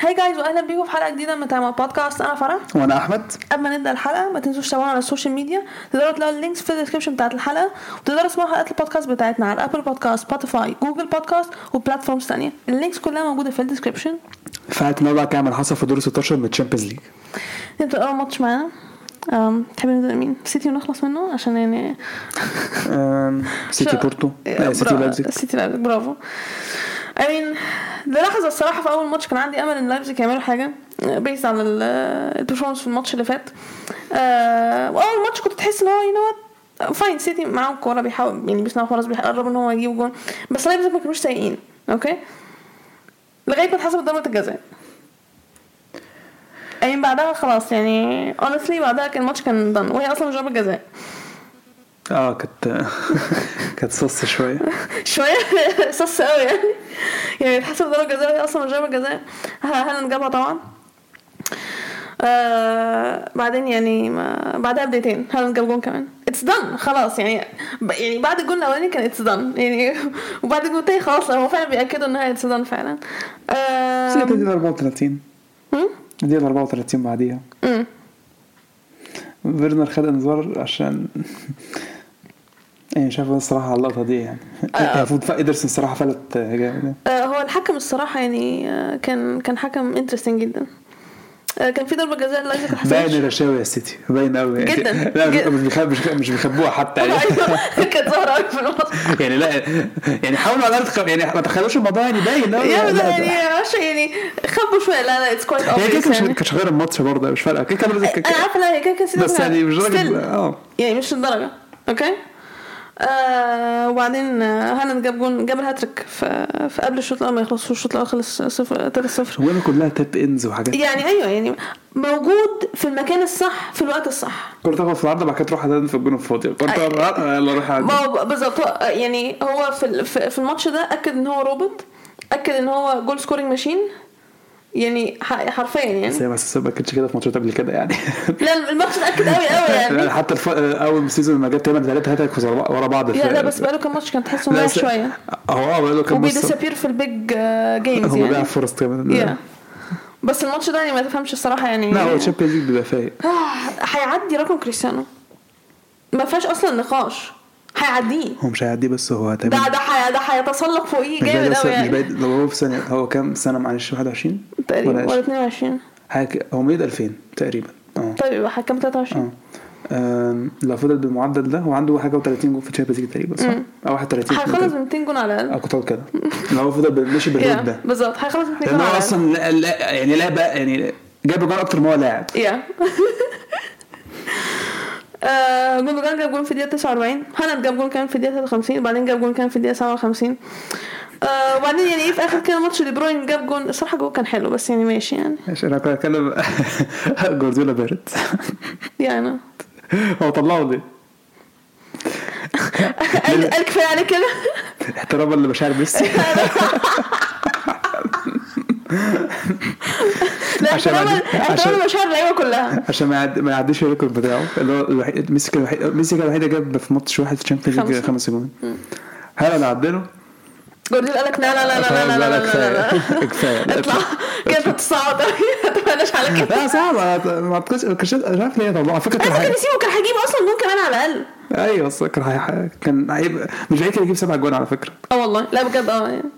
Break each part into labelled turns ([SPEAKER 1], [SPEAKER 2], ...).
[SPEAKER 1] هاي جايز واهلا بيكم في حلقه جديده من تايم بودكاست انا فرح
[SPEAKER 2] وانا احمد
[SPEAKER 1] قبل ما نبدا الحلقه ما تنسوش تتابعونا على السوشيال ميديا تقدروا تلاقوا اللينكس في الديسكربشن بتاعت الحلقه وتقدروا تسمعوا حلقات البودكاست بتاعتنا على ابل بودكاست سبوتيفاي جوجل بودكاست وبلاتفورمز تانية اللينكس كلها موجوده في الديسكربشن
[SPEAKER 2] فات بقى كام اللي حصل في دور 16 من الشامبيونز ليج
[SPEAKER 1] نبدا اول ماتش معانا أم، تحبين نبدا مين سيتي ونخلص منه عشان يعني
[SPEAKER 2] أم، سيتي
[SPEAKER 1] شو-
[SPEAKER 2] بورتو
[SPEAKER 1] إيه،
[SPEAKER 2] آه، سيتي
[SPEAKER 1] برا-
[SPEAKER 2] لايبزيج
[SPEAKER 1] سيتي لايبزيج برافو I mean للحظة الصراحة في أول ماتش كان عندي أمل إن لايبزيج يعملوا حاجة بيس على ال- البرفورمانس في الماتش اللي فات آه، وأول ماتش كنت تحس إن هو يو نو فاين سيتي معاه الكورة بيحاول يعني بيصنعوا فرص بيقربوا إن هو يجيب جون بس لايبزيج ما كانوش سيئين أوكي لغاية ما اتحسبت ضربة الجزاء أي بعدها خلاص يعني honestly بعدها كان الماتش كان done وهي أصلا مش ضربة جزاء
[SPEAKER 2] اه كانت كانت صص شويه
[SPEAKER 1] شويه صص قوي يعني يعني حسب ضربه جزاء هي اصلا مش ضربه جزاء ه- هالاند جابها طبعا آه بعدين يعني ما بعدها بدقيقتين هالاند جاب جون كمان اتس دن خلاص يعني ب- يعني بعد الجون الاولاني كان اتس دن يعني وبعد الجون التاني خلاص هو فعلا بياكدوا ان هي اتس دن فعلا
[SPEAKER 2] سيتي
[SPEAKER 1] آه
[SPEAKER 2] دي 34 دي 34 بعديها فيرنر خد انذار عشان يعني مش عارف أنا الصراحه على اللقطه دي يعني
[SPEAKER 1] آه.
[SPEAKER 2] المفروض ايدرسون الصراحه فلت جامد يعني.
[SPEAKER 1] آه، هو الحكم الصراحه يعني آه، كان كان حكم انترستنج جدا آه، كان في ضربه جزاء لايزا كان
[SPEAKER 2] باين رشاوي يا سيتي باين قوي يعني.
[SPEAKER 1] جداً.
[SPEAKER 2] لا مش-
[SPEAKER 1] جد-
[SPEAKER 2] مش بيخب- مش بيخب- مش بيخبوها حتى يعني
[SPEAKER 1] ايوه كانت ظاهره قوي في الماتش
[SPEAKER 2] يعني لا يعني حاولوا على الأقل تخ- يعني ما تخيلوش الموضوع يعني باين قوي
[SPEAKER 1] يا
[SPEAKER 2] لا،
[SPEAKER 1] ده
[SPEAKER 2] ده-
[SPEAKER 1] يعني معرفش يعني خبوا شويه لا لا اتس كويت
[SPEAKER 2] هي كده
[SPEAKER 1] اوبفيس
[SPEAKER 2] كده مش
[SPEAKER 1] يعني
[SPEAKER 2] كانت غير الماتش برضه مش فارقه كده كده كده-
[SPEAKER 1] انا عارفه لا هي كده كده سيتي
[SPEAKER 2] بس
[SPEAKER 1] بتلعب.
[SPEAKER 2] يعني مش
[SPEAKER 1] Still.
[SPEAKER 2] درجه اه
[SPEAKER 1] يعني مش الدرجه اوكي آه وبعدين آه، هالاند جاب جون جاب الهاتريك في في قبل الشوط الاول ما يخلص الشوط الاول خلص 0 3 0
[SPEAKER 2] شغلانه كلها تاب انز وحاجات
[SPEAKER 1] يعني ايوه يعني موجود في المكان الصح في الوقت الصح
[SPEAKER 2] كرة تخبط في العرض بعد كده تروح هتدن في الجون الفاضي كرة تخبط في العرض آه، يلا روح عدي.
[SPEAKER 1] ما هو بالظبط هو- يعني هو في ال- في في الماتش ده اكد ان هو روبوت اكد ان هو جول سكورينج ماشين يعني ح- حرفيا
[SPEAKER 2] بس
[SPEAKER 1] يعني
[SPEAKER 2] هي بس ما كانتش كده في ماتشات قبل كده يعني
[SPEAKER 1] لا الماتش ده اكد قوي قوي يعني
[SPEAKER 2] حتى الف... اول سيزون ما جاب تقريبا ثلاثة هاتريك ورا ورا بعض
[SPEAKER 1] لا
[SPEAKER 2] في-
[SPEAKER 1] لا بس بقاله كام ماتش كان تحسه
[SPEAKER 2] لا،
[SPEAKER 1] مريح
[SPEAKER 2] بس-
[SPEAKER 1] شويه
[SPEAKER 2] هو اه بقاله كام بص
[SPEAKER 1] وبيديسابير في البيج جيمز
[SPEAKER 2] هو ضيع
[SPEAKER 1] يعني
[SPEAKER 2] فرص كمان
[SPEAKER 1] yeah. بس الماتش ده يعني ما تفهمش الصراحه يعني
[SPEAKER 2] لا هو الشامبيونز ليج بيبقى فايق
[SPEAKER 1] آه، هيعدي رقم كريستيانو ما فيهاش اصلا نقاش هيعديه
[SPEAKER 2] هو مش هيعديه بس هو تقريبا
[SPEAKER 1] ده ده حي... ده هيتسلق فوقيه
[SPEAKER 2] مش بعيد
[SPEAKER 1] جامد قوي
[SPEAKER 2] أصلاً- مش
[SPEAKER 1] يعني
[SPEAKER 2] بعيد لو هو في ثانيه هو كام سنه معلش 21
[SPEAKER 1] تقريبا ولا
[SPEAKER 2] 20
[SPEAKER 1] 22
[SPEAKER 2] حاجة كده. هو مواليد 2000 تقريبا اه
[SPEAKER 1] طيب يبقى هتكمل 23
[SPEAKER 2] اه آم، لو فضل بالمعدل ده هو عنده حاجه و30 جول في تشامبيونز ليج تقريبا صح؟ او 31
[SPEAKER 1] هيخلص ب 200 جون على
[SPEAKER 2] اه
[SPEAKER 1] الاقل
[SPEAKER 2] كنت هقول كده لو هو فضل بال- ماشي
[SPEAKER 1] Yeah،
[SPEAKER 2] بالرود ده
[SPEAKER 1] بالظبط هيخلص ب 200
[SPEAKER 2] لان
[SPEAKER 1] جون على
[SPEAKER 2] هو
[SPEAKER 1] الاقل
[SPEAKER 2] اصلا لا لا يعني لا بقى يعني جاب جول اكتر ما هو لاعب
[SPEAKER 1] يا آه، جوندوجان جاب جون في الدقيقة 49 هالاند جاب جون كمان في الدقيقة 53 بعدين جاب جون كمان في الدقيقة 57 آه، وبعدين يعني ايه في اخر كده ماتش دي بروين جاب جون الصراحة جون كان حلو بس يعني ماشي يعني
[SPEAKER 2] عشان انا كنت بتكلم جوارديولا بارد
[SPEAKER 1] يعني
[SPEAKER 2] هو طلعه ليه؟
[SPEAKER 1] قال قال كفاية عليك كده
[SPEAKER 2] احتراما لمشاعر ميسي
[SPEAKER 1] لا
[SPEAKER 2] عشان
[SPEAKER 1] احترام
[SPEAKER 2] عندي- عشان-
[SPEAKER 1] احترام مشاعر اللعيبة كلها
[SPEAKER 2] عشان ما يعد- ما يعديش الريكورد بتاعه اللي هو الوحيد ميسي كان الوحيد ميسي كان الوحيد اللي جاب في ماتش واحد في الشامبيونز ليج
[SPEAKER 1] خمسة.
[SPEAKER 2] خمس جول هالاند عدله
[SPEAKER 1] جورديولا قال لك لا لا لا لا لا لا لا لا لا
[SPEAKER 2] كفاية. كفايه لا،
[SPEAKER 1] اطلع كده بتصعد ما تبقاش على كده
[SPEAKER 2] لا صعب أنا ما اعتقدش أنا مش عارف ليه طبعا على فكره كان
[SPEAKER 1] انا كان
[SPEAKER 2] هي-
[SPEAKER 1] يسيبه كان هيجيب اصلا جون كمان على الاقل
[SPEAKER 2] ايوه بس كان هي- كان هيبقى مش بعيد كان يجيب سبع جوان على فكره
[SPEAKER 1] اه والله لا بجد اه يعني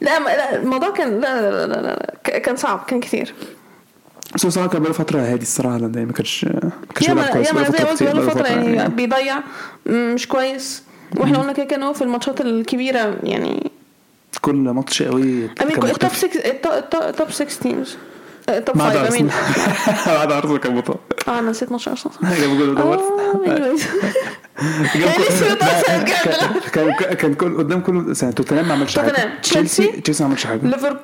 [SPEAKER 1] لا ما- لا الموضوع كان لا لا لا لا, لا, لا. ك- كان صعب كان كتير
[SPEAKER 2] بس هو صراحه كان بقاله فتره هادي الصراحه لان ما كانش ما كانش
[SPEAKER 1] ياما
[SPEAKER 2] بيلعب كويس
[SPEAKER 1] ياما
[SPEAKER 2] بقاله
[SPEAKER 1] زي ما قلت بقاله
[SPEAKER 2] بقاله
[SPEAKER 1] فترة يعني,
[SPEAKER 2] يعني.
[SPEAKER 1] بيضيع م- مش كويس واحنا قلنا كده كان هو في الماتشات الكبيرة يعني
[SPEAKER 2] كل ماتش قوي
[SPEAKER 1] امين
[SPEAKER 2] كان
[SPEAKER 1] التوب
[SPEAKER 2] مختلف
[SPEAKER 1] 6 التوب 6 تيمز التوب
[SPEAKER 2] ما عدا
[SPEAKER 1] 5 امين
[SPEAKER 2] ارسنال ما عدا ارسنال كان بطل
[SPEAKER 1] اه انا نسيت ماتش ارسنال
[SPEAKER 2] جاب جول ودور
[SPEAKER 1] اه
[SPEAKER 2] جاب
[SPEAKER 1] يعني لسه
[SPEAKER 2] كل-
[SPEAKER 1] بتأثر
[SPEAKER 2] لا، كان كان- كان كل قدام كل سنه توتنهام ما عملش
[SPEAKER 1] توتنهام.
[SPEAKER 2] حاجه
[SPEAKER 1] تشيلسي.
[SPEAKER 2] تشيلسي تشيلسي ما عملش حاجه
[SPEAKER 1] ليفربول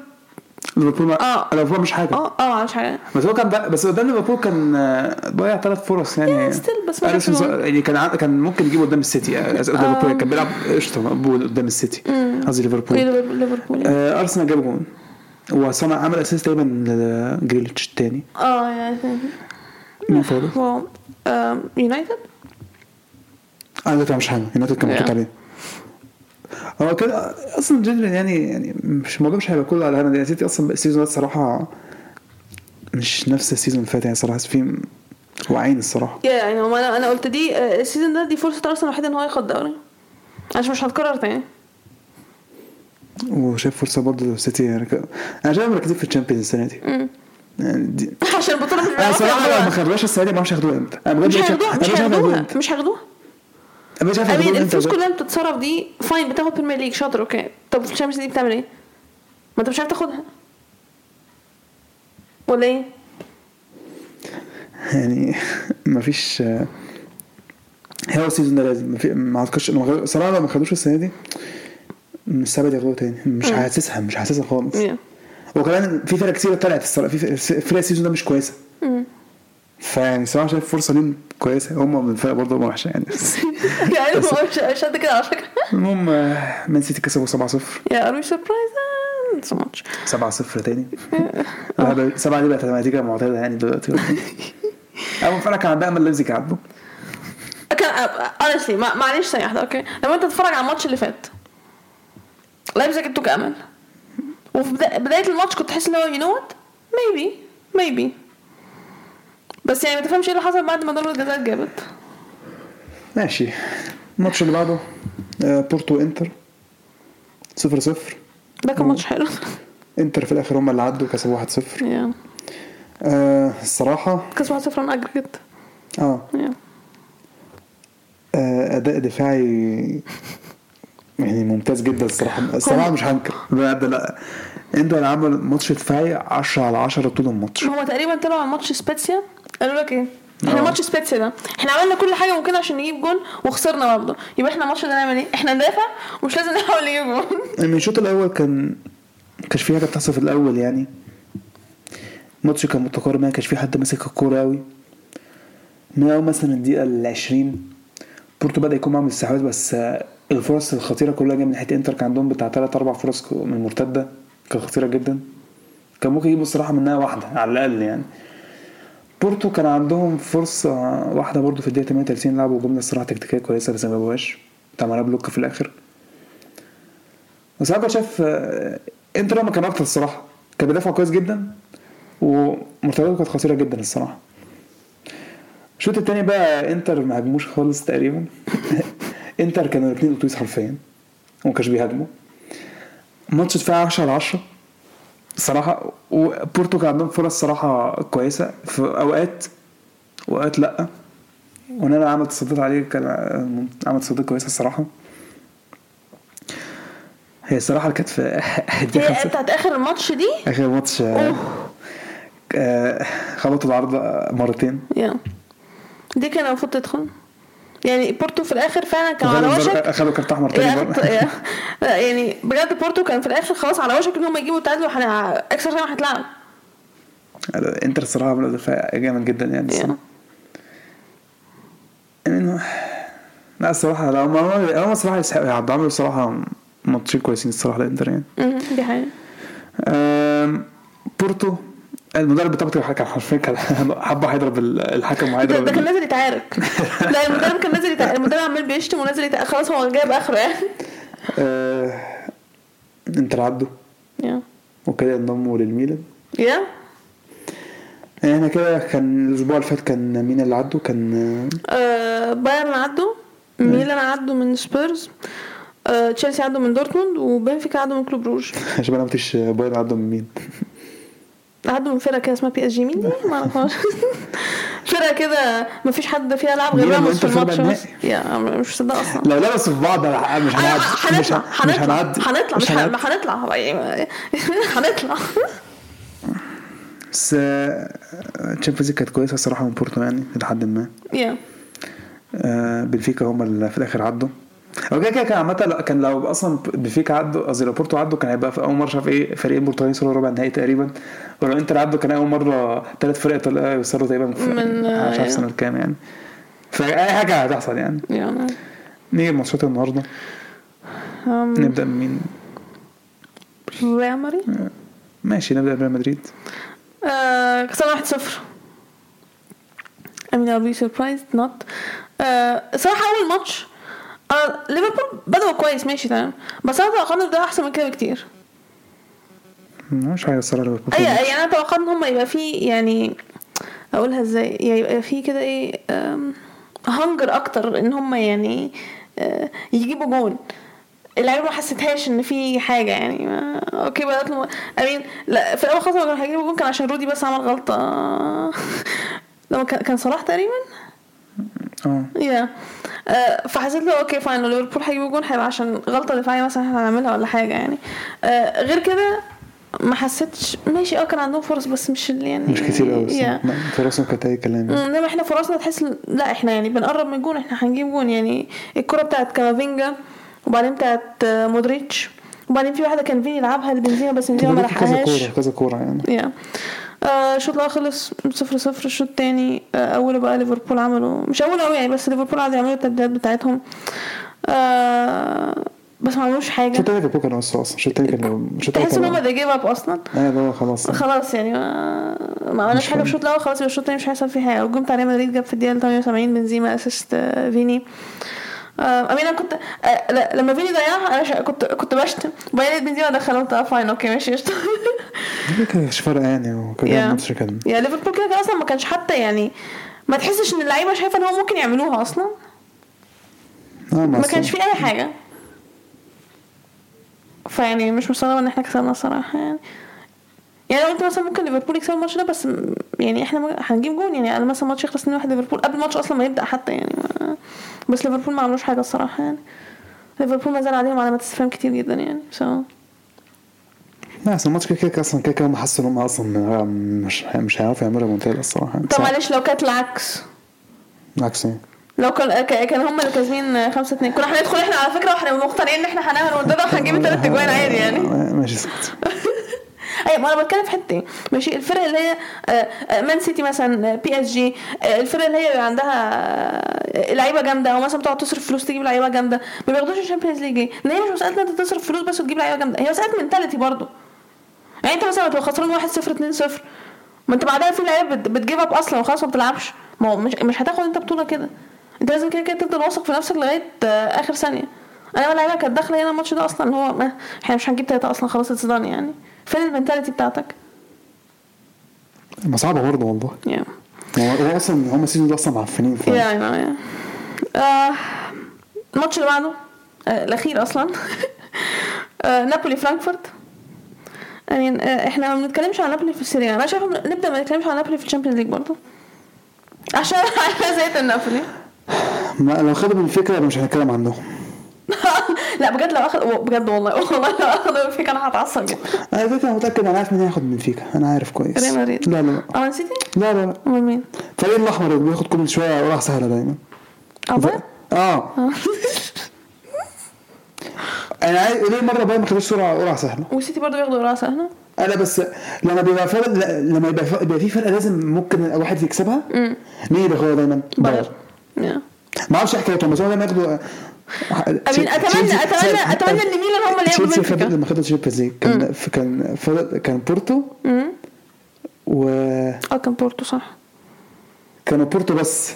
[SPEAKER 2] ليفربول ما
[SPEAKER 1] آه.
[SPEAKER 2] ليفربول مش حاجه
[SPEAKER 1] اه اه مش حاجة
[SPEAKER 2] بس هو كان بقى بس قدام ليفربول كان آه، ضيع ثلاث فرص يعني
[SPEAKER 1] Yeah, still، بس ما
[SPEAKER 2] أليسون
[SPEAKER 1] كانش
[SPEAKER 2] صار- يعني كان ع- كان ممكن يجيبه قدام السيتي آه، قدام ليفربول
[SPEAKER 1] Um.
[SPEAKER 2] كان بيلعب قشطه مقبول قدام السيتي
[SPEAKER 1] Mm.
[SPEAKER 2] قصدي ليفربول
[SPEAKER 1] ليفربول يعني.
[SPEAKER 2] آه، ارسنال جاب جون وصنع عمل اسيست تقريبا لجريليتش الثاني
[SPEAKER 1] اه يعني
[SPEAKER 2] مين فاضل؟
[SPEAKER 1] هو آم، يونايتد
[SPEAKER 2] آه، انا دلوقتي ما عملش حاجه يونايتد كان محطوط
[SPEAKER 1] آه. Yeah.
[SPEAKER 2] عليه هو كده اصلا جنرال يعني يعني مش الموضوع مش هيبقى كله على هالاند يعني سيتي اصلا السيزون ده الصراحه مش نفس السيزون اللي فات يعني صراحه في واعيين الصراحه
[SPEAKER 1] يا يعني هو انا انا قلت دي آه، السيزون ده دي فرصه ارسنال الوحيده ان هو ياخد دوري عشان مش هتكرر تاني
[SPEAKER 2] وشايف فرصه برضه للسيتي يعني ك- انا شايف مركزين في الشامبيونز السنه دي يعني دي
[SPEAKER 1] عشان البطوله مش
[SPEAKER 2] انا صراحه لو ما
[SPEAKER 1] هياخدوها.
[SPEAKER 2] خدوهاش السنه دي ما اعرفش ياخدوها امتى انا بجد
[SPEAKER 1] أيوة. مش هياخدوها مش هياخدوها مش
[SPEAKER 2] هياخدوها امتى
[SPEAKER 1] هياخدوها
[SPEAKER 2] انا مش عارف
[SPEAKER 1] امين
[SPEAKER 2] هياخدوها
[SPEAKER 1] الفلوس
[SPEAKER 2] امتى
[SPEAKER 1] كلها اللي بتتصرف دي فاين بتاخد بريمير ليج شاطر اوكي طب في الشامبيونز ليج بتعمل ايه؟ ما انت مش عارف تاخدها ولا ايه؟
[SPEAKER 2] يعني مفيش هو السيزون ده لازم مفي... ما اعتقدش لو ما خدوش- صراحه لو ما خدوش السنه دي السبب ياخدوها تاني مش
[SPEAKER 1] مم.
[SPEAKER 2] حاسسها مش حاسسها خالص
[SPEAKER 1] Yeah.
[SPEAKER 2] وكمان في فرق كتير طلعت الصراحه في فرق- فرق السيزون ده مش كويسه فيعني صراحه شايف فرصه ليهم كويسه هم من الفرق برضه ما وحشه يعني
[SPEAKER 1] يعني هو مش مش قد كده على فكره
[SPEAKER 2] المهم آه، مان سيتي كسبوا 7 0
[SPEAKER 1] يا ار وي سربرايز سو ماتش
[SPEAKER 2] 7 0 تاني 7 دي بقت نتيجه معتاده يعني دلوقتي اول فرقه كان عندها امل ليبزيج عاتبه
[SPEAKER 1] كان اونستلي uh, معلش ثانيه واحده اوكي لما انت تتفرج على الماتش اللي فات لايبزيج ادوك امل وفي بدا- بدايه الماتش كنت تحس ان هو يو نو وات ميبي ميبي بس يعني ما تفهمش ايه اللي حصل بعد ما ضربه الجزاء اتجابت
[SPEAKER 2] ماشي الماتش اللي بعده آه، بورتو انتر 0 0
[SPEAKER 1] ده كان ماتش حلو
[SPEAKER 2] انتر في الاخر هم اللي عدوا كسبوا 1 0
[SPEAKER 1] يا
[SPEAKER 2] آه الصراحه
[SPEAKER 1] كاس 1 0 اجريت
[SPEAKER 2] اه
[SPEAKER 1] يا
[SPEAKER 2] آه، اداء دفاعي يعني ممتاز جدا الصراحه الصراحه مش هنكر بجد لا انتوا اللي عمل ماتش دفاعي 10 على 10 طول الماتش
[SPEAKER 1] هما تقريبا طلعوا على ماتش سبيتسيا قالوا لك ايه احنا
[SPEAKER 2] آه.
[SPEAKER 1] ماتش سبيتسيا ده احنا عملنا كل حاجه ممكنه عشان نجيب جون وخسرنا برضه يبقى احنا الماتش ده نعمل ايه احنا ندافع ومش لازم نحاول نجيب جون
[SPEAKER 2] من الشوط الاول كان كانش في حاجه بتحصل في الاول يعني الماتش كان متقارب ما كانش في حد ماسك الكوره قوي من اول مثلا الدقيقه ال 20 بورتو بدا يكون معاهم استحواذ بس آه، الفرص الخطيره كلها جايه من ناحيه انتر كان عندهم بتاع ثلاث اربع فرص ك- من مرتده كانت خطيره جدا كان ممكن يجيبوا الصراحه منها واحده على الاقل يعني بورتو كان عندهم فرصه واحده برضو في الدقيقه 38 لعبوا جمله الصراحه تكتيكيه كويسه بس ما جابوهاش بتاع معاها بلوك في الاخر بس انا كنت شايف آه، انتر ما كان اكتر الصراحه كان بيدافع كويس جدا ومرتداته كانت خطيره جدا الصراحه الشوط التاني بقى انتر ما هاجموش خالص تقريبا انتر كانوا الاثنين اتوبيس حرفيا وما كانوش بيهاجموا ماتش دفاع 10 على 10 الصراحه وبورتو كان عندهم فرص صراحه كويسه في اوقات واوقات لا ونانا عمل تصديات عليه كان آه، عمل تصديات كويسه الصراحه هي الصراحه اللي كانت في
[SPEAKER 1] هي بتاعت اخر الماتش دي
[SPEAKER 2] اخر ماتش آه، آه، خبطوا العارضه مرتين
[SPEAKER 1] يا دي كان المفروض تدخل يعني بورتو في الاخر فعلا كان على
[SPEAKER 2] وخدوا
[SPEAKER 1] وشك
[SPEAKER 2] البر- خدوا كارت احمر
[SPEAKER 1] يا
[SPEAKER 2] تاني
[SPEAKER 1] أخت-
[SPEAKER 2] بره.
[SPEAKER 1] يا- يعني بجد بورتو كان في الاخر خلاص على وشك ان هم يجيبوا التعادل وهن- اكسترا تايم هتلعب
[SPEAKER 2] انتر الصراحه عملوا دفاع جامد جدا يعني الصراحه يعني لا الصراحه لا هم هم هم يعني الصراحه يستحقوا يعدوا عملوا الصراحه ماتشين كويسين الصراحه للانتر يعني
[SPEAKER 1] مم، دي حقيقة
[SPEAKER 2] آم، بورتو المدرب بتاعه كان حرفيا كان حبه هيضرب ال- الحكم
[SPEAKER 1] ده ده كان
[SPEAKER 2] وهيضرب
[SPEAKER 1] نازل يتعارك لا المدرب كان نازل يتعارك المدرب عمال بيشتم ونازل يتعارك خلاص هو جايب اخره يعني
[SPEAKER 2] آه، انتر عدوا
[SPEAKER 1] يا
[SPEAKER 2] وكده انضموا للميلان
[SPEAKER 1] يا
[SPEAKER 2] يعني احنا كده كان الاسبوع اللي فات كان مين اللي عدوا كان آه،
[SPEAKER 1] آه، بايرن عدوا ميلان عدوا من سبيرز آه، تشيلسي عدوا من دورتموند وبنفيكا عدوا من كلوب روج
[SPEAKER 2] عشان ما قلتش بايرن عدوا من مين
[SPEAKER 1] عدوا من فرقه كده اسمها بي اس جي مين دي ما اعرفهاش فرقه كده ما فيش حد فيها لعب غير
[SPEAKER 2] ميلان
[SPEAKER 1] راموس في
[SPEAKER 2] وإنتر في ربع
[SPEAKER 1] الماتش بس.
[SPEAKER 2] النهائي.
[SPEAKER 1] يا مش مصدقه اصلا
[SPEAKER 2] لو لبسوا في بعض أنا مش
[SPEAKER 1] أنا-
[SPEAKER 2] هنعدي مش
[SPEAKER 1] هنطلع
[SPEAKER 2] مش
[SPEAKER 1] هنطلع
[SPEAKER 2] هنعدي
[SPEAKER 1] هنطلع مش
[SPEAKER 2] هنعدي.
[SPEAKER 1] ه- هنطلع يعني- هنطلع
[SPEAKER 2] بس تشامبيونز كانت كويسه الصراحه من بورتو يعني لحد ما
[SPEAKER 1] يا
[SPEAKER 2] آه، بنفيكا هم اللي في الاخر عدوا هو كده كده كان عامة لا، كان لو اصلا بنفيكا عدوا قصدي لو بورتو عدوا كان هيبقى في اول مره شاف ايه فريقين برتغاليين يوصلوا ربع النهائي تقريبا ولو انتر عدوا كان اول مره ثلاث فرق طلعوا يوصلوا تقريبا في-
[SPEAKER 1] من-
[SPEAKER 2] مش
[SPEAKER 1] آه،
[SPEAKER 2] عارف سنه كام يعني فاي حاجه هتحصل يعني
[SPEAKER 1] يا
[SPEAKER 2] نيجي لماتشات النهارده
[SPEAKER 1] أم،
[SPEAKER 2] نبدا بمين
[SPEAKER 1] ريال مدريد
[SPEAKER 2] ماشي نبدا بريال مدريد
[SPEAKER 1] آه، كسبنا واحد صفر I mean I'll be surprised not آه، صراحة أول ماتش آه ليفربول بدأوا كويس ماشي تمام بس انا توقعت إن ده احسن من كده بكتير
[SPEAKER 2] مش حاجه الصراحه ليفربول
[SPEAKER 1] اي يعني انا توقعت ان هم يبقى في يعني اقولها ازاي يعني يبقى في كده ايه أم، هنجر اكتر ان هم يعني آه، يجيبوا جون اللعيبه ما حسيتهاش ان في حاجه يعني ما اوكي بدات نو... امين لا في الاول خالص لما كانوا هيجيبوا جون كان عشان رودي بس عمل غلطه لما كان كان صلاح تقريبا
[SPEAKER 2] اه
[SPEAKER 1] يا آه، فحسيت له اوكي فاين لو ليفربول هيجيبوا جون هيبقى عشان غلطه دفاعيه مثلا احنا هنعملها ولا حاجه يعني آه، غير كده ما حسيتش ماشي اه كان عندهم فرص بس مش اللي يعني
[SPEAKER 2] مش كتير قوي بس
[SPEAKER 1] يا.
[SPEAKER 2] لا، فرصهم كانت اي كلام يعني.
[SPEAKER 1] انما احنا فرصنا تحس لا احنا يعني بنقرب من جون احنا هنجيب جون يعني الكره بتاعت كامافينجا وبعدين بتاعت آه، مودريتش وبعدين في واحده كان فيني يلعبها لبنزيما بس بنزيما ما
[SPEAKER 2] كذا
[SPEAKER 1] لحقهاش
[SPEAKER 2] كوره كذا كوره يعني
[SPEAKER 1] يا آه، الشوط الاول خلص 0 0 الشوط التاني آه، اوله بقى ليفربول عملوا مش اوله قوي يعني بس ليفربول قعدوا يعملوا التبديلات بتاعتهم آه، بس ما عملوش حاجه
[SPEAKER 2] الشوط التاني كان كان اصلا الشوط التاني كان الشوط التاني
[SPEAKER 1] تحس ان هم
[SPEAKER 2] كان
[SPEAKER 1] ذا جيف اب اصلا
[SPEAKER 2] ايوه اللي هو خلاص
[SPEAKER 1] خلاص يعني ما ما عملناش حاجه في الشوط الاول خلاص يبقى الشوط الثاني مش هيحصل فيه حاجه والجون بتاع ريال مدريد جاب في الدقيقه 78 بنزيما اسيست آه، فيني آه، امين انا كنت آه، لا، لما فيني ضيعها انا شا- كنت كنت بشتم وبعدين لقيت بنزيما دخلها قلت اه فاين اوكي ماشي قشطة.
[SPEAKER 2] ما كانش فارقه يعني وكان
[SPEAKER 1] يا.
[SPEAKER 2] الماتش كان
[SPEAKER 1] يا ليفربول كده كده اصلا ما كانش حتى يعني ما تحسش ان اللعيبه شايفه ان هو ممكن يعملوها اصلا
[SPEAKER 2] اه
[SPEAKER 1] ما كانش في اي حاجه فيعني مش مستغربه ان احنا كسبنا الصراحه يعني يعني لو قلت مثلا ممكن ليفربول يكسب الماتش ده بس م- يعني احنا م- هنجيب جون يعني انا مثلا الماتش يخلص 2 1 ليفربول قبل الماتش اصلا ما يبدا حتى يعني ما بس ليفربول ما عملوش حاجه الصراحه يعني ليفربول ما زال عليهم علامات استفهام كتير جدا يعني سو
[SPEAKER 2] لا اصل الماتش كده كده اصلا كده كده هم حسوا ان هم اصلا آه، مش مش هيعرفوا يعملوا ريمونتادا الصراحه
[SPEAKER 1] طب معلش لو كانت العكس
[SPEAKER 2] بالعكس يعني
[SPEAKER 1] لو كان ك- كان هم اللي كاسبين 5 2 كنا هندخل احنا على فكره واحنا مقتنعين ان احنا هنعمل ردده وهنجيب الثلاث اجوان عادي يعني
[SPEAKER 2] آه، ماشي اسكت
[SPEAKER 1] ايوه ما انا بتكلم في حته ايه ماشي الفرق اللي هي آه، آه، مان سيتي مثلا آه، بي اس جي آه، الفرق اللي هي بيبقى عندها آه، لعيبه جامده او مثلا بتقعد تصرف فلوس تجيب لعيبه جامده ما بياخدوش الشامبيونز ليج ليه؟ ان هي مش مساله إن انت تصرف فلوس بس وتجيب لعيبه جامده هي مساله منتاليتي برضه يعني انت مثلا هتبقى خسران 1 0 2 0 ما انت بعدها في لعيبه بت- بتجيب اب اصلا وخلاص ما بتلعبش ما هو مش مش هتاخد انت بطوله كده انت لازم كده كده تفضل واثق في نفسك لغايه آه، اخر ثانيه انا اللعيبه كانت داخله هنا الماتش ده اصلا اللي هو ما احنا مش هنجيب ثلاثه اصلا خلاص اتصدام يعني فين المنتاليتي بتاعتك؟
[SPEAKER 2] ما صعبه برضه والله
[SPEAKER 1] يا
[SPEAKER 2] هو هو اصلا هم السيزون ده اصلا معفنين ف
[SPEAKER 1] يا يا يا آه، الماتش اللي بعده آه، الاخير اصلا آه، نابولي فرانكفورت يعني آه، احنا ما بنتكلمش عن نابولي في السيريا انا شايفه إن- نبدا ما نتكلمش عن نابولي في الشامبيونز ليج برضه عشان انا زيت نابولي
[SPEAKER 2] ما لو خدوا من الفكره مش هنتكلم عنهم
[SPEAKER 1] لا بجد لو اخد و- بجد والله والله لو اخد فيك انا هتعصب جدا
[SPEAKER 2] انا فكره متاكد انا عارف مين هياخد من فيكا انا عارف كويس
[SPEAKER 1] ريال
[SPEAKER 2] لا
[SPEAKER 1] مدريد
[SPEAKER 2] لا لا
[SPEAKER 1] اه أنا نسيتي
[SPEAKER 2] لا لا لا
[SPEAKER 1] امال مين؟
[SPEAKER 2] الفريق الاحمر اللي بياخد كل شويه وراح سهله دايما
[SPEAKER 1] عبد
[SPEAKER 2] اه انا عايز ليه مره باين ما خدتش سرعه وراح سهله
[SPEAKER 1] وسيتي برضه بياخدوا راسه هنا
[SPEAKER 2] انا بس لما بيبقى فرق لا- لما يبقى فرق- يبقى في فرقه لازم ممكن واحد يكسبها مين اللي بياخدها دايما؟ بايرن
[SPEAKER 1] يا.
[SPEAKER 2] ما اعرفش ايه حكايتهم بس هو دايما ياخدوا
[SPEAKER 1] أتمنى- أتمنى- أتمني إن ميلان هم اللي ياخدوا
[SPEAKER 2] تشيلسي
[SPEAKER 1] بنفيكا.
[SPEAKER 2] خد- لما خدوا الشامبيونز ليج كان في- كان فرق- كان بورتو
[SPEAKER 1] أمم.
[SPEAKER 2] وكانوا
[SPEAKER 1] اه كان بورتو صح
[SPEAKER 2] بورتو بس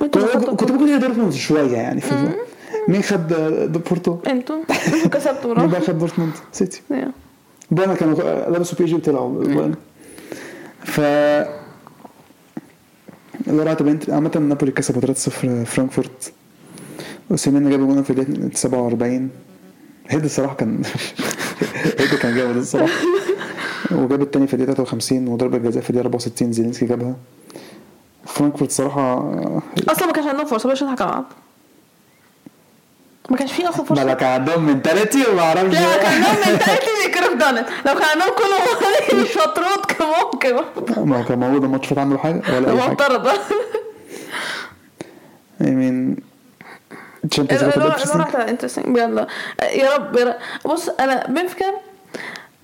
[SPEAKER 1] وانتوا اللي خدتوا
[SPEAKER 2] كنت
[SPEAKER 1] البطولة.
[SPEAKER 2] ممكن هي دورتموند شويه يعني في مين خد آه، بورتو؟
[SPEAKER 1] انتوا كسبتوا
[SPEAKER 2] مين
[SPEAKER 1] راح
[SPEAKER 2] بقى خد دورتموند؟ سيتي
[SPEAKER 1] يا.
[SPEAKER 2] دايما كانوا لابسوا بي جي وطلعوا بايرن. ف لورات بنت عامة نابولي كسبوا 3-0 فرانكفورت وسيمينا جاب جون في الدقيقة 47 هيد الصراحة كان هيد كان جامد الصراحة وجاب التاني في الدقيقة 53 وضربة جزاء في الدقيقة 64 زيلينسكي جابها فرانكفورت صراحة
[SPEAKER 1] اصلا ما كانش عندهم فرصه باش نضحك على بعض ما كانش فيه اصلا فرصه
[SPEAKER 2] ما كان عندهم منتاليتي وما اعرفش
[SPEAKER 1] لا لو كان عندهم منتاليتي زي كريف دونت لو كان عندهم كل مهاري شطروط كان ممكن
[SPEAKER 2] ما هو كان موجود الماتش فات عملوا حاجة ولا أي حاجة
[SPEAKER 1] معترضه
[SPEAKER 2] I mean Champions League
[SPEAKER 1] الورق
[SPEAKER 2] interesting.
[SPEAKER 1] الورق انترستنج يلا يا رب يا رب بص انا بنفيكا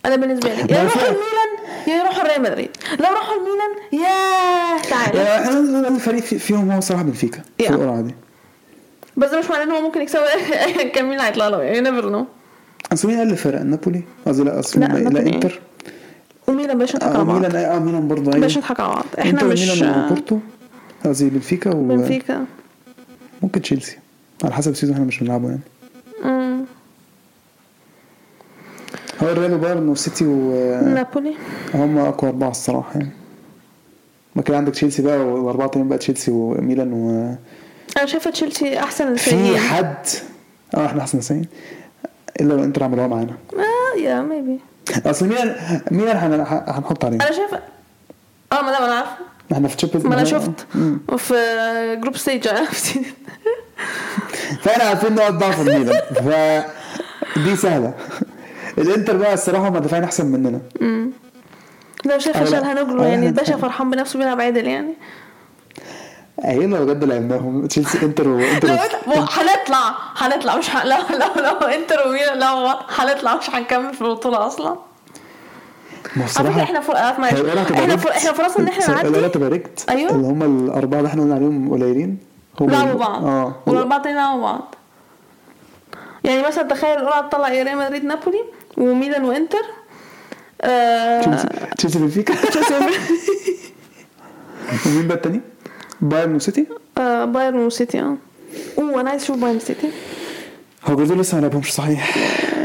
[SPEAKER 1] انا بالنسبه لي يا
[SPEAKER 2] ما
[SPEAKER 1] يروحوا
[SPEAKER 2] في-
[SPEAKER 1] الميلان يا يروحوا ريال مدريد لو راحوا الميلان ياه تعالى
[SPEAKER 2] يعني احنا الفريق في- فيهم هو صراحه بنفيكا في
[SPEAKER 1] Yeah.
[SPEAKER 2] القرعه دي
[SPEAKER 1] بس ده مش معناه ان هو ممكن يكسبوا ايا كان مين اللي هيطلع له يعني نيفر نو
[SPEAKER 2] اصل مين اقل فرق نابولي قصدي لا اصل
[SPEAKER 1] لا،
[SPEAKER 2] لا, لا
[SPEAKER 1] نابولي.
[SPEAKER 2] انتر
[SPEAKER 1] وميلان باش نضحك
[SPEAKER 2] اه
[SPEAKER 1] على بعض
[SPEAKER 2] ميلان اه ميلان برضه
[SPEAKER 1] باش
[SPEAKER 2] ايوه
[SPEAKER 1] نضحك على بعض احنا
[SPEAKER 2] انتر
[SPEAKER 1] مش
[SPEAKER 2] ميلان وبورتو قصدي بنفيكا و-
[SPEAKER 1] بنفيكا
[SPEAKER 2] ممكن تشيلسي على حسب السيزون احنا مش بنلعبه يعني
[SPEAKER 1] أمم.
[SPEAKER 2] هو الريال وبايرن والسيتي وهم
[SPEAKER 1] نابولي
[SPEAKER 2] اقوى اربعه الصراحه يعني ما كان عندك تشيلسي بقى والاربعه تانيين بقى تشيلسي وميلان و
[SPEAKER 1] انا شايفه تشيلسي احسن
[SPEAKER 2] في
[SPEAKER 1] الفريقين
[SPEAKER 2] حد اه احنا احسن نسيين الا لو انتر عملوها معانا
[SPEAKER 1] اه يا ميبي
[SPEAKER 2] اصل ميلان ميلان هن- هنحط عليهم
[SPEAKER 1] انا شايفه اه ما لا ما انا عارفه
[SPEAKER 2] احنا في تشامبيونز
[SPEAKER 1] ما انا شفت وفي آه، جروب ستيج عرفتي
[SPEAKER 2] فاحنا عارفين نقط ضعف الميلان ف دي سهله الانتر بقى الصراحه هم دافعين احسن مننا
[SPEAKER 1] لو شايفه
[SPEAKER 2] أو لا.
[SPEAKER 1] شال هنجرو
[SPEAKER 2] أو
[SPEAKER 1] يعني
[SPEAKER 2] إحنا-
[SPEAKER 1] الباشا فرحان بنفسه بيلعب عدل يعني
[SPEAKER 2] اهينا بجد لعبناهم تشيلسي انتر
[SPEAKER 1] لو
[SPEAKER 2] وانتر
[SPEAKER 1] إنت- مو- هنطلع هنطلع مش ه- لو لو لو انتر وميلان لو هنطلع مش هنكمل في البطوله اصلا
[SPEAKER 2] ما
[SPEAKER 1] على فكره
[SPEAKER 2] الصراحه
[SPEAKER 1] احنا فوق آه، معلش. احنا فوق احنا فرصنا ان احنا
[SPEAKER 2] انا
[SPEAKER 1] نعدي
[SPEAKER 2] تباركت
[SPEAKER 1] أيوة.
[SPEAKER 2] اللي هم الاربعه اللي احنا قلنا عليهم قليلين هم
[SPEAKER 1] لعبوا بعض
[SPEAKER 2] اه
[SPEAKER 1] والاربعه تاني لعبوا بعض يعني مثلا تخيل القرعه تطلع ايه ريال مدريد نابولي وميلان وانتر آه،
[SPEAKER 2] تشيلسي تشيلسي بنفيكا
[SPEAKER 1] تشيلسي وميلان.
[SPEAKER 2] ومين بقى التاني؟ بايرن وسيتي
[SPEAKER 1] آه، بايرن وسيتي اه اوه انا عايز اشوف بايرن سيتي
[SPEAKER 2] هو جوزو لسه ما لعبهمش صحيح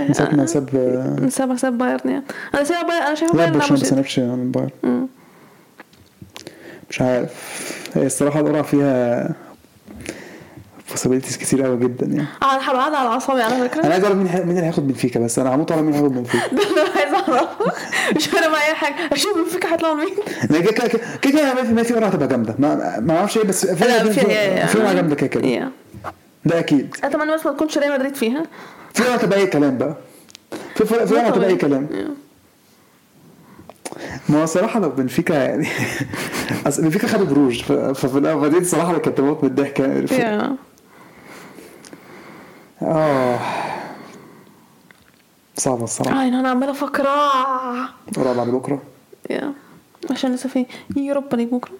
[SPEAKER 2] من ساعه ما ساب
[SPEAKER 1] من سبعة سبعة بايرن يعني انا سايبه بايرن انا شايفه
[SPEAKER 2] لعب
[SPEAKER 1] بايرن
[SPEAKER 2] برشلونه بس
[SPEAKER 1] نابولي
[SPEAKER 2] ما لعبش عن بايرن
[SPEAKER 1] مم.
[SPEAKER 2] مش عارف هي الصراحه القرعه فيها possibilities كتير قوي جدا يعني
[SPEAKER 1] على حرقان آه، على اعصابي على
[SPEAKER 2] انا
[SPEAKER 1] فكره
[SPEAKER 2] عايز اعرف مين هي- مين اللي هياخد بنفيكا بس انا هموت على مين هياخد بنفيكا
[SPEAKER 1] ده اللي انا عايز اعرفه مش فارق معايا اي حاجه اشوف بنفيكا هيطلعوا مين
[SPEAKER 2] لأن كده كده كده كده ما في- ما في قرعه هتبقى جامده ما ما اعرفش ايه بس في
[SPEAKER 1] لا، في-
[SPEAKER 2] في- في قرعه جامده كده كده
[SPEAKER 1] يا.
[SPEAKER 2] ده اكيد
[SPEAKER 1] اتمنى بس ما تكونش ريال مدريد فيها
[SPEAKER 2] في قرعه تبقى اي كلام بقى في في في قرعه تبقى اي كلام
[SPEAKER 1] يا.
[SPEAKER 2] ما هو صراحة لو بنفيكا يعني اصل بنفيكا خدوا بروج ف- ففي الاول دي الصراحة أنا كنت بموت من الضحك يعني. ف-
[SPEAKER 1] يا.
[SPEAKER 2] اه صعبة الصراحة
[SPEAKER 1] اه انا عماله افكر آه.
[SPEAKER 2] قرعة بعد بكرة
[SPEAKER 1] يا. عشان لسه في يوروبا ليج بكره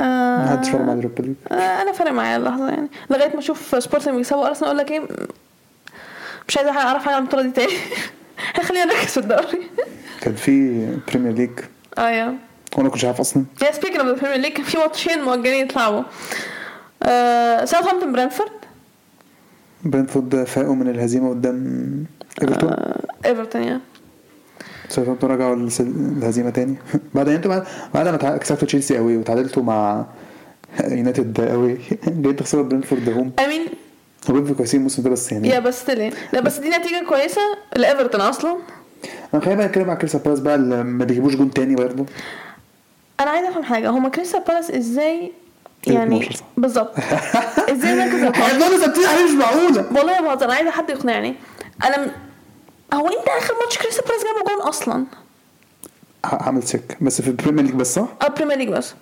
[SPEAKER 1] آه.
[SPEAKER 2] ما حدش فاهم مع اليوروبا ليج
[SPEAKER 1] آه، انا فارق معايا اللحظه يعني لغايه ما اشوف سبورتنج بيكسبوا ارسنال اقول لك ايه مش عايزه اعرف حاجه عن البطوله دي تاني خلينا نركز في الدوري
[SPEAKER 2] كان في بريمير ليج
[SPEAKER 1] اه يا
[SPEAKER 2] وانا كنتش عارف اصلا
[SPEAKER 1] يا سبيكر اوف البريمير ليج كان في ماتشين مؤجلين يتلعبوا آه، ساوثهامبتون برينفورد
[SPEAKER 2] برنتفورد فاقوا من الهزيمة قدام ايفرتون
[SPEAKER 1] آه. ايفرتون يا
[SPEAKER 2] ساوثهامبتون رجعوا للس- الهزيمه تاني بعد انتوا بعد بعد ما تع- كسبتوا تشيلسي قوي وتعادلتوا مع يونايتد قوي جايين تخسروا برنتفورد هوم
[SPEAKER 1] اي مين
[SPEAKER 2] هو برنتفورد كويسين الموسم ده بس يعني
[SPEAKER 1] يا بس تلي لا بس دي نتيجه كويسه لايفرتون اصلا
[SPEAKER 2] انا خلينا بقى نتكلم على كريستال بالاس بقى اللي ما بيجيبوش جون تاني برضه
[SPEAKER 1] انا عايزه افهم حاجه هما كريستال بالاس ازاي يعني
[SPEAKER 2] 12 صح.
[SPEAKER 1] بالظبط ازاي مركز القاعدة؟
[SPEAKER 2] احنا دول ثابتين عليه مش معقوله
[SPEAKER 1] والله ما بهزر انا عايزه حد يقنعني انا م... هو انت اخر ماتش كريستال بالاس جابوا جون اصلا
[SPEAKER 2] ه- هعمل تشيك بس في البريمير ليج بس صح؟
[SPEAKER 1] اه بريمير ليج بس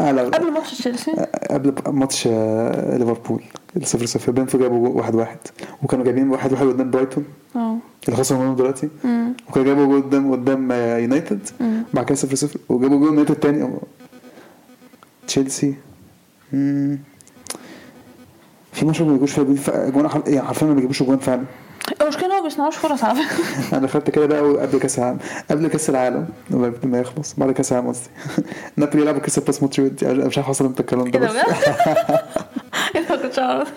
[SPEAKER 2] اه لا
[SPEAKER 1] قبل ماتش تشيلسي
[SPEAKER 2] قبل ماتش آه، ليفربول الصفر صفر بنفو جابوا واحد واحد وكانوا جايبين واحد واحد قدام برايتون
[SPEAKER 1] اه
[SPEAKER 2] اللي خسروا منهم دلوقتي وكانوا جابوا جول قدام قدام آه، يونايتد بعد كده صفر صفر وجابوا جول يونايتد تاني أو- تشيلسي مم. في ماتش ما بيجيبوش فيها جول ف- جوان حر- يعني حرفيا ما بيجيبوش جوان فعلا
[SPEAKER 1] المشكله إن هو ما بيصنعوش فرص على فكره
[SPEAKER 2] انا خدت كده بقى قبل كاس العالم قبل كاس العالم لما- لما يخلص بعد كاس العالم قصدي نابولي لعبوا كاس باس ماتش ودي أنا مش عارف اصلا امتى الكلام ده
[SPEAKER 1] ايه ده
[SPEAKER 2] بس
[SPEAKER 1] بجد؟ انا ما كنتش اعرف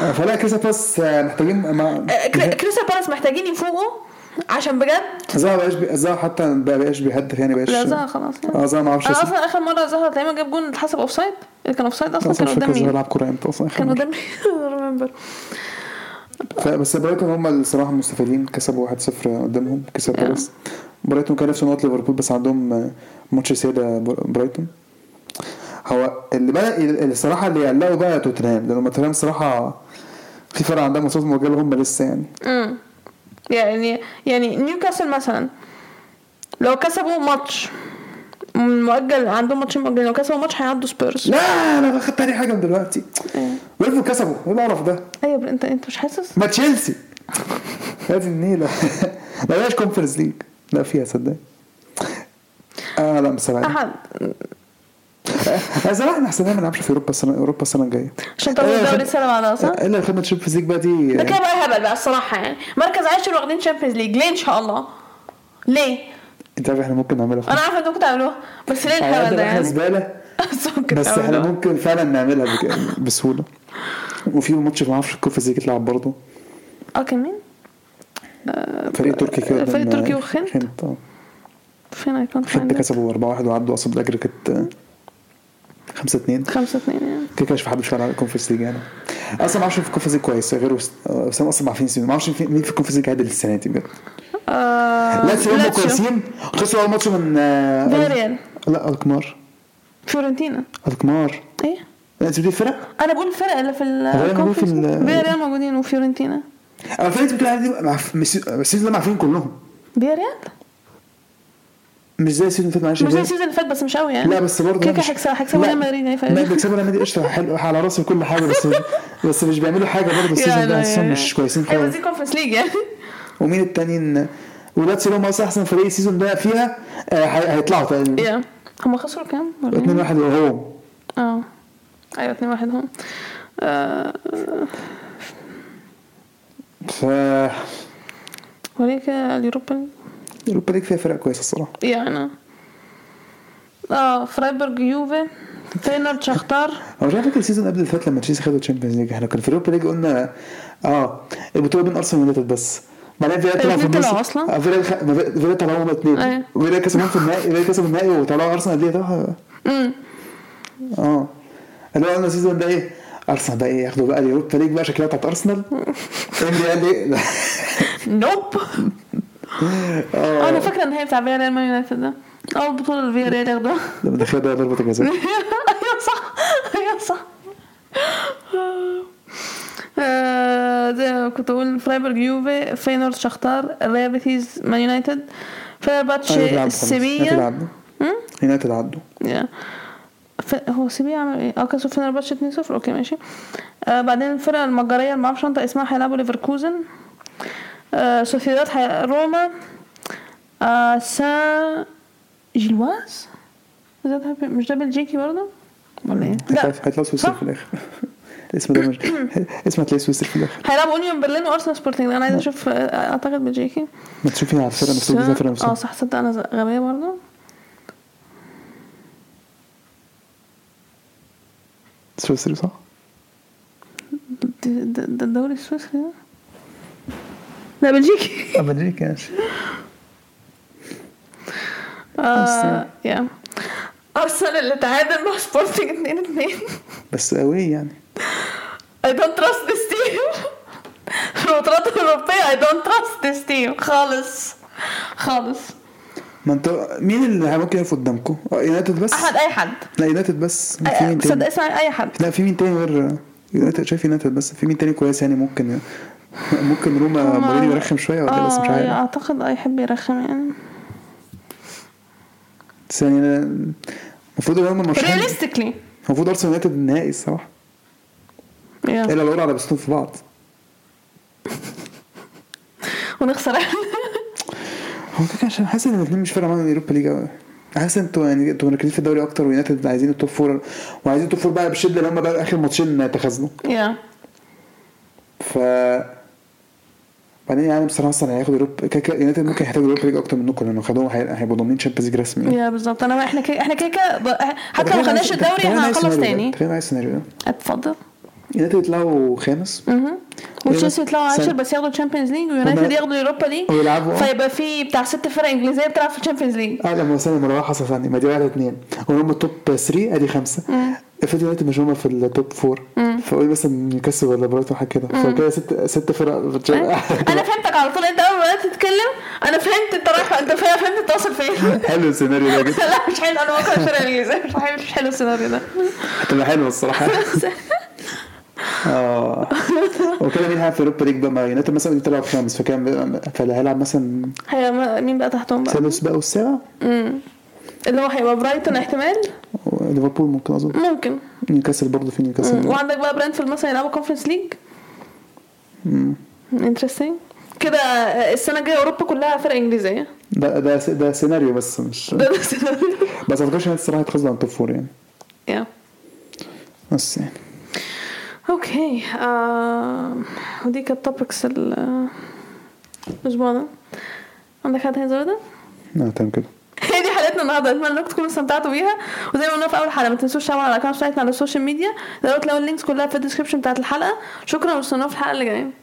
[SPEAKER 2] آه، فلا كاس باس محتاجين مع
[SPEAKER 1] آه، كري- كريستال بالاس محتاجين يفوقوا عشان بجد
[SPEAKER 2] زها بقاش بي... زها حتى بقى بقاش بيهدف يعني بقاش
[SPEAKER 1] لا زها خلاص يعني.
[SPEAKER 2] اه زها ما اعرفش
[SPEAKER 1] انا اصلا اخر مره زهر تقريبا جاب جون اتحسب اوف سايد اللي كان اوف سايد اصلا
[SPEAKER 2] اصلا
[SPEAKER 1] كان
[SPEAKER 2] مش
[SPEAKER 1] قدام
[SPEAKER 2] فاكر زها
[SPEAKER 1] مين
[SPEAKER 2] لعب كوره امتى اصلا
[SPEAKER 1] كان
[SPEAKER 2] آخر
[SPEAKER 1] قدام مين ريمبر
[SPEAKER 2] ف- بس برايتون هم الصراحه المستفيدين كسبوا 1-0 قدامهم كسبوا بالاس برايتون كان نفسه نقط ليفربول بس عندهم آه، ماتش سيادة بر- برايتون هو اللي بقى اللي الصراحه اللي يقلقوا بقى توتنهام لان توتنهام الصراحه في فرق عندهم ماتشات مؤجله هم لسه يعني
[SPEAKER 1] امم يعني يعني نيوكاسل مثلا لو كسبوا ماتش مؤجل عندهم ماتشين مؤجلين لو كسبوا ماتش هيعدوا سبيرز
[SPEAKER 2] لا انا خدت تاني حاجه من دلوقتي
[SPEAKER 1] إيه.
[SPEAKER 2] وقفوا كسبوا ايه القرف ده
[SPEAKER 1] ايوه انت انت مش حاسس
[SPEAKER 2] ما تشيلسي هذه النيله ما فيهاش كونفرنس ليج لا فيها صدق اه لا آه، بس أنا-
[SPEAKER 1] احد
[SPEAKER 2] انا صراحه انا احسن ما نلعبش في اوروبا السنه اوروبا السنه الجايه
[SPEAKER 1] عشان تاخدوا
[SPEAKER 2] إيه،
[SPEAKER 1] الدوري
[SPEAKER 2] خد- إيه،
[SPEAKER 1] السنه اللي بعدها صح؟
[SPEAKER 2] الا خدمه تشامبيونز ليج بقى دي
[SPEAKER 1] ده كده بقى هبل بقى الصراحه يعني مركز عاشر واخدين شامبيونز ليج ليه ان شاء الله؟ ليه؟
[SPEAKER 2] انت عارف احنا ممكن نعملها في
[SPEAKER 1] انا عارفه انتوا كنتوا تعملوها بس ليه
[SPEAKER 2] على قد
[SPEAKER 1] الهبل ده
[SPEAKER 2] ما احنا
[SPEAKER 1] يعني؟
[SPEAKER 2] زباله
[SPEAKER 1] سكر
[SPEAKER 2] بس
[SPEAKER 1] أوي
[SPEAKER 2] احنا
[SPEAKER 1] ده.
[SPEAKER 2] ممكن فعلا نعملها بك- بسهوله وفي ماتش ما اعرفش الكوفة ازاي تلعب برضه
[SPEAKER 1] اه كان مين؟
[SPEAKER 2] فريق تركي كده
[SPEAKER 1] الفريق
[SPEAKER 2] قدام-
[SPEAKER 1] التركي وخنت.
[SPEAKER 2] خنت اه
[SPEAKER 1] فين اي كونت
[SPEAKER 2] خنت كسبوا 4-1 وعدوا اصلا الاجر كانت 5-2
[SPEAKER 1] خمسة اتنين يعني
[SPEAKER 2] كده كده مش حد بيشتغل على الكونفرنس ليج يعني اصلا ما اعرفش في الكونفرنس ليج كويس غير وس- آه، اسامه اصلا ما عارفين اسمه ما اعرفش في- مين في الكونفرنس ليج عادل السنه دي بجد
[SPEAKER 1] آه،
[SPEAKER 2] لاتسيو هم
[SPEAKER 1] لاتسيو.
[SPEAKER 2] كويسين خسروا اول ماتش من آه،
[SPEAKER 1] فياريال.
[SPEAKER 2] لا الكمار
[SPEAKER 1] فيورنتينا الكمار ايه
[SPEAKER 2] لاتسيو دي فرق
[SPEAKER 1] انا بقول الفرق اللي في ال
[SPEAKER 2] هو أنا بقول في ال-
[SPEAKER 1] فياريال موجودين وفيورنتينا
[SPEAKER 2] انا فرقت بتقول عادي السيزون ده ما عارفين كلهم
[SPEAKER 1] فياريال
[SPEAKER 2] مش زي السيزون اللي فات معلش
[SPEAKER 1] مش زي
[SPEAKER 2] إزاي؟
[SPEAKER 1] السيزون اللي فات بس مش قوي يعني
[SPEAKER 2] لا بس برضه
[SPEAKER 1] كده كده
[SPEAKER 2] مش-
[SPEAKER 1] هيكسبوا هيكسبوا
[SPEAKER 2] لا،
[SPEAKER 1] ريال مدريد يعني
[SPEAKER 2] لا
[SPEAKER 1] فاهم؟
[SPEAKER 2] بيكسبوا ريال مدريد قشطه حلو على راسي كل حاجه بس بس مش بيعملوا حاجه برضه السيزون ده
[SPEAKER 1] يعني-
[SPEAKER 2] حاسسهم مش كويسين
[SPEAKER 1] ايوه
[SPEAKER 2] خالص
[SPEAKER 1] بس دي كونفرنس ليج يعني
[SPEAKER 2] ومين التانيين ولاتسيو هم اصلا احسن فريق السيزون ده فيها آه، هي- هيطلعوا تقريبا
[SPEAKER 1] يا هم خسروا كام؟ ولا إيه؟
[SPEAKER 2] 2 1 وهو
[SPEAKER 1] اه ايوه اتنين واحد هم آه،
[SPEAKER 2] ف
[SPEAKER 1] وليك اليوروبا
[SPEAKER 2] اوروبا ليج فيها فرق كويسه الصراحه
[SPEAKER 1] يعني اه فرايبورغ يوفي فينر شختار
[SPEAKER 2] هو مش عارف فاكر السيزون قبل اللي فات لما تشيلسي خدوا الشامبيونز ليج احنا كنا في اوروبا ليج قلنا اه البطوله بين ارسنال ويونايتد بس بعدين فيلا طلعوا في
[SPEAKER 1] الاتنين
[SPEAKER 2] النص
[SPEAKER 1] طلعوا أصلا؟
[SPEAKER 2] آه، فيلا خ- ما في- فيلا طلعوا هما الاثنين
[SPEAKER 1] أيوة.
[SPEAKER 2] فيلا كسبوا في النهائي فيلا كسبوا النهائي وطلعوا ارسنال ليه ده
[SPEAKER 1] امم
[SPEAKER 2] اه اللي هو قلنا السيزون ده ايه ارسنال بقى ايه ياخدوا بقى اليوروبا ليج بقى شكلها بتاعت ارسنال امري قال ايه
[SPEAKER 1] نوب
[SPEAKER 2] اه
[SPEAKER 1] انا فاكره النهائي بتاع فيا ريال مان يونايتد ده اول بطوله اللي فيا ريال ياخدها
[SPEAKER 2] لما دخل ده ضربه الجزاء
[SPEAKER 1] ايوه صح ايوه صح آه، ده كنت بقول فرايبورغ يوفي فينورد شختار ريابيتيز مان يونايتد
[SPEAKER 2] يونايتد عدوا
[SPEAKER 1] فيرباتشي
[SPEAKER 2] خلاص. يونايتد
[SPEAKER 1] سيبيا
[SPEAKER 2] عدوا
[SPEAKER 1] أمم؟
[SPEAKER 2] يونايتد عدوا
[SPEAKER 1] يا. ف... هو سيبيا عمل ايه؟ اه كسب فنرباتشي 2 0 اوكي ماشي آه بعدين الفرقة المجرية اللي معرفش انطق اسمها هيلعبوا ليفركوزن آه سوسيداد حي... روما آه سان جيلواز ده ده- مش ده بلجيكي برضه؟ ولا ايه؟ لا
[SPEAKER 2] هيطلع- هيطلعوا سويسرا
[SPEAKER 1] صح؟
[SPEAKER 2] في الاخر الاسم ده مش اسم هتلاقي سويسرا في الاخر
[SPEAKER 1] هيلعبوا اونيون برلين وارسنال سبورتنج انا عايزه اشوف آه، اعتقد بلجيكي
[SPEAKER 2] ما تشوفي على الفرقه نفسها دي الفرقه
[SPEAKER 1] اه
[SPEAKER 2] نفسها
[SPEAKER 1] صح صدق انا ز- غبية برضه
[SPEAKER 2] سويسري صح؟
[SPEAKER 1] ده- ده ده الدوري السويسري ده لا بلجيكي
[SPEAKER 2] بلجيكا ماشي
[SPEAKER 1] آه، يا ارسنال اللي تعادل مع سبورتنج 2 2
[SPEAKER 2] بس قوي يعني
[SPEAKER 1] اي دونت تراست ذيس تيم في البطولات الاوروبيه اي دونت تراست ذيس تيم خالص خالص
[SPEAKER 2] ما انتوا مين اللي ممكن يقف قدامكم؟ آه، يونايتد بس
[SPEAKER 1] احد اي حد
[SPEAKER 2] لا يونايتد بس
[SPEAKER 1] أي-
[SPEAKER 2] في مين
[SPEAKER 1] آه، صدق
[SPEAKER 2] تاني؟
[SPEAKER 1] اسمع اي حد
[SPEAKER 2] لا في مين تاني غير يونايتد شايف يونايتد بس في مين تاني كويس يعني ممكن ممكن روما
[SPEAKER 1] هما-
[SPEAKER 2] آه، مورينيو يرخم شويه ولا إيه؟ بس مش
[SPEAKER 1] آه،
[SPEAKER 2] عارف
[SPEAKER 1] اعتقد اي يحب يرخم يعني
[SPEAKER 2] بس يعني أنا- المفروض ان هم مرشحين
[SPEAKER 1] رياليستيكلي
[SPEAKER 2] المفروض ارسنال يونايتد النهائي الصراحه
[SPEAKER 1] يا.
[SPEAKER 2] الا لو على بستون في بعض
[SPEAKER 1] ونخسر
[SPEAKER 2] هو كده كده عشان حاسس ان الاثنين مش فارقه معاهم اليوروبا ليج قوي حاسس ان انتوا يعني انتوا مركزين في الدوري اكتر ويونايتد عايزين التوب فور وعايزين التوب فور بقى بشده اللي هم بقى اخر ماتشين تخاذلوا
[SPEAKER 1] يا
[SPEAKER 2] ف بعدين يعني بصراحه اصلا هياخد اوروبا كده كده يونايتد ممكن يحتاج اليوروبا ليج اكتر منكم لانه خدوهم هي- هيبقوا ضامنين تشامبيونز ليج رسمي يعني.
[SPEAKER 1] يا بالظبط انا احنا كده احنا كده كده ب-
[SPEAKER 2] طب
[SPEAKER 1] حتى لو
[SPEAKER 2] تخيل
[SPEAKER 1] ما خدناش
[SPEAKER 2] معايا-
[SPEAKER 1] الدوري
[SPEAKER 2] تخيل
[SPEAKER 1] احنا
[SPEAKER 2] معايا
[SPEAKER 1] هنخلص
[SPEAKER 2] السيناريو ده،
[SPEAKER 1] تاني
[SPEAKER 2] تخيل معايا السيناريو ده
[SPEAKER 1] اتفضل
[SPEAKER 2] يونايتد يطلعوا خامس
[SPEAKER 1] اها وتشيلسي يطلعوا
[SPEAKER 2] سنة.
[SPEAKER 1] 10 بس ياخدوا تشامبيونز ليج ويونايتد
[SPEAKER 2] وما-
[SPEAKER 1] ياخدوا يوروبا ليج
[SPEAKER 2] ويلعبوا آه.
[SPEAKER 1] فيبقى في بتاع ست فرق انجليزيه بتلعب في الشامبيونز ليج
[SPEAKER 2] اه لما وصلنا المروحه حصل ثاني ما دي واحده اثنين وهم التوب 3 ادي خمسه افرض دلوقتي مش هم في التوب 4 فقول مثلا نيوكاسل ولا برايتون حاجه كده فكده ست ست فرق
[SPEAKER 1] انا فهمتك على طول انت اول ما بدات تتكلم انا فهمت انت رايح انت فاهم فهمت انت واصل فين
[SPEAKER 2] حلو السيناريو ده جدا
[SPEAKER 1] لا مش حلو انا بكره الفرق الانجليزيه مش حلو مش حلو السيناريو ده
[SPEAKER 2] هتبقى حلوه الصراحه اه وكده مين هيلعب في اوروبا ليج بقى ما يونايتد مثلا بيطلع في خامس فكان فاللي هيلعب مثلا
[SPEAKER 1] هي ما- مين بقى تحتهم بقى
[SPEAKER 2] سادس بقى والسابع
[SPEAKER 1] اللي هو هيبقى برايتون احتمال
[SPEAKER 2] ليفربول ممكن اظن
[SPEAKER 1] ممكن
[SPEAKER 2] نيوكاسل برضه في
[SPEAKER 1] مم.
[SPEAKER 2] نيوكاسل
[SPEAKER 1] وعندك بقى برنتفورد مثلا يلعبوا كونفرنس ليج انترستنج كده آه، السنه الجايه اوروبا كلها فرق انجليزيه
[SPEAKER 2] ده ده ده سيناريو بس مش
[SPEAKER 1] ده السيناريو
[SPEAKER 2] بس ما اعتقدش ان الصراحه هيتخزن على التوب فور يعني
[SPEAKER 1] يا
[SPEAKER 2] بس يعني
[SPEAKER 1] اوكي آه ودي كانت topics ال الاسبوع ده عندك حاجه تانية زي ده؟
[SPEAKER 2] لا تمام كده
[SPEAKER 1] هي دي حلقتنا النهارده اتمنى انكم تكونوا استمتعتوا بيها وزي ما قلنا في اول حلقه ما تنسوش الشعب على الاكونت بتاعتنا على السوشيال ميديا تقدروا تلاقوا اللينكس كلها في الديسكربشن بتاعت الحلقه شكرا واستنونا في الحلقه اللي جايه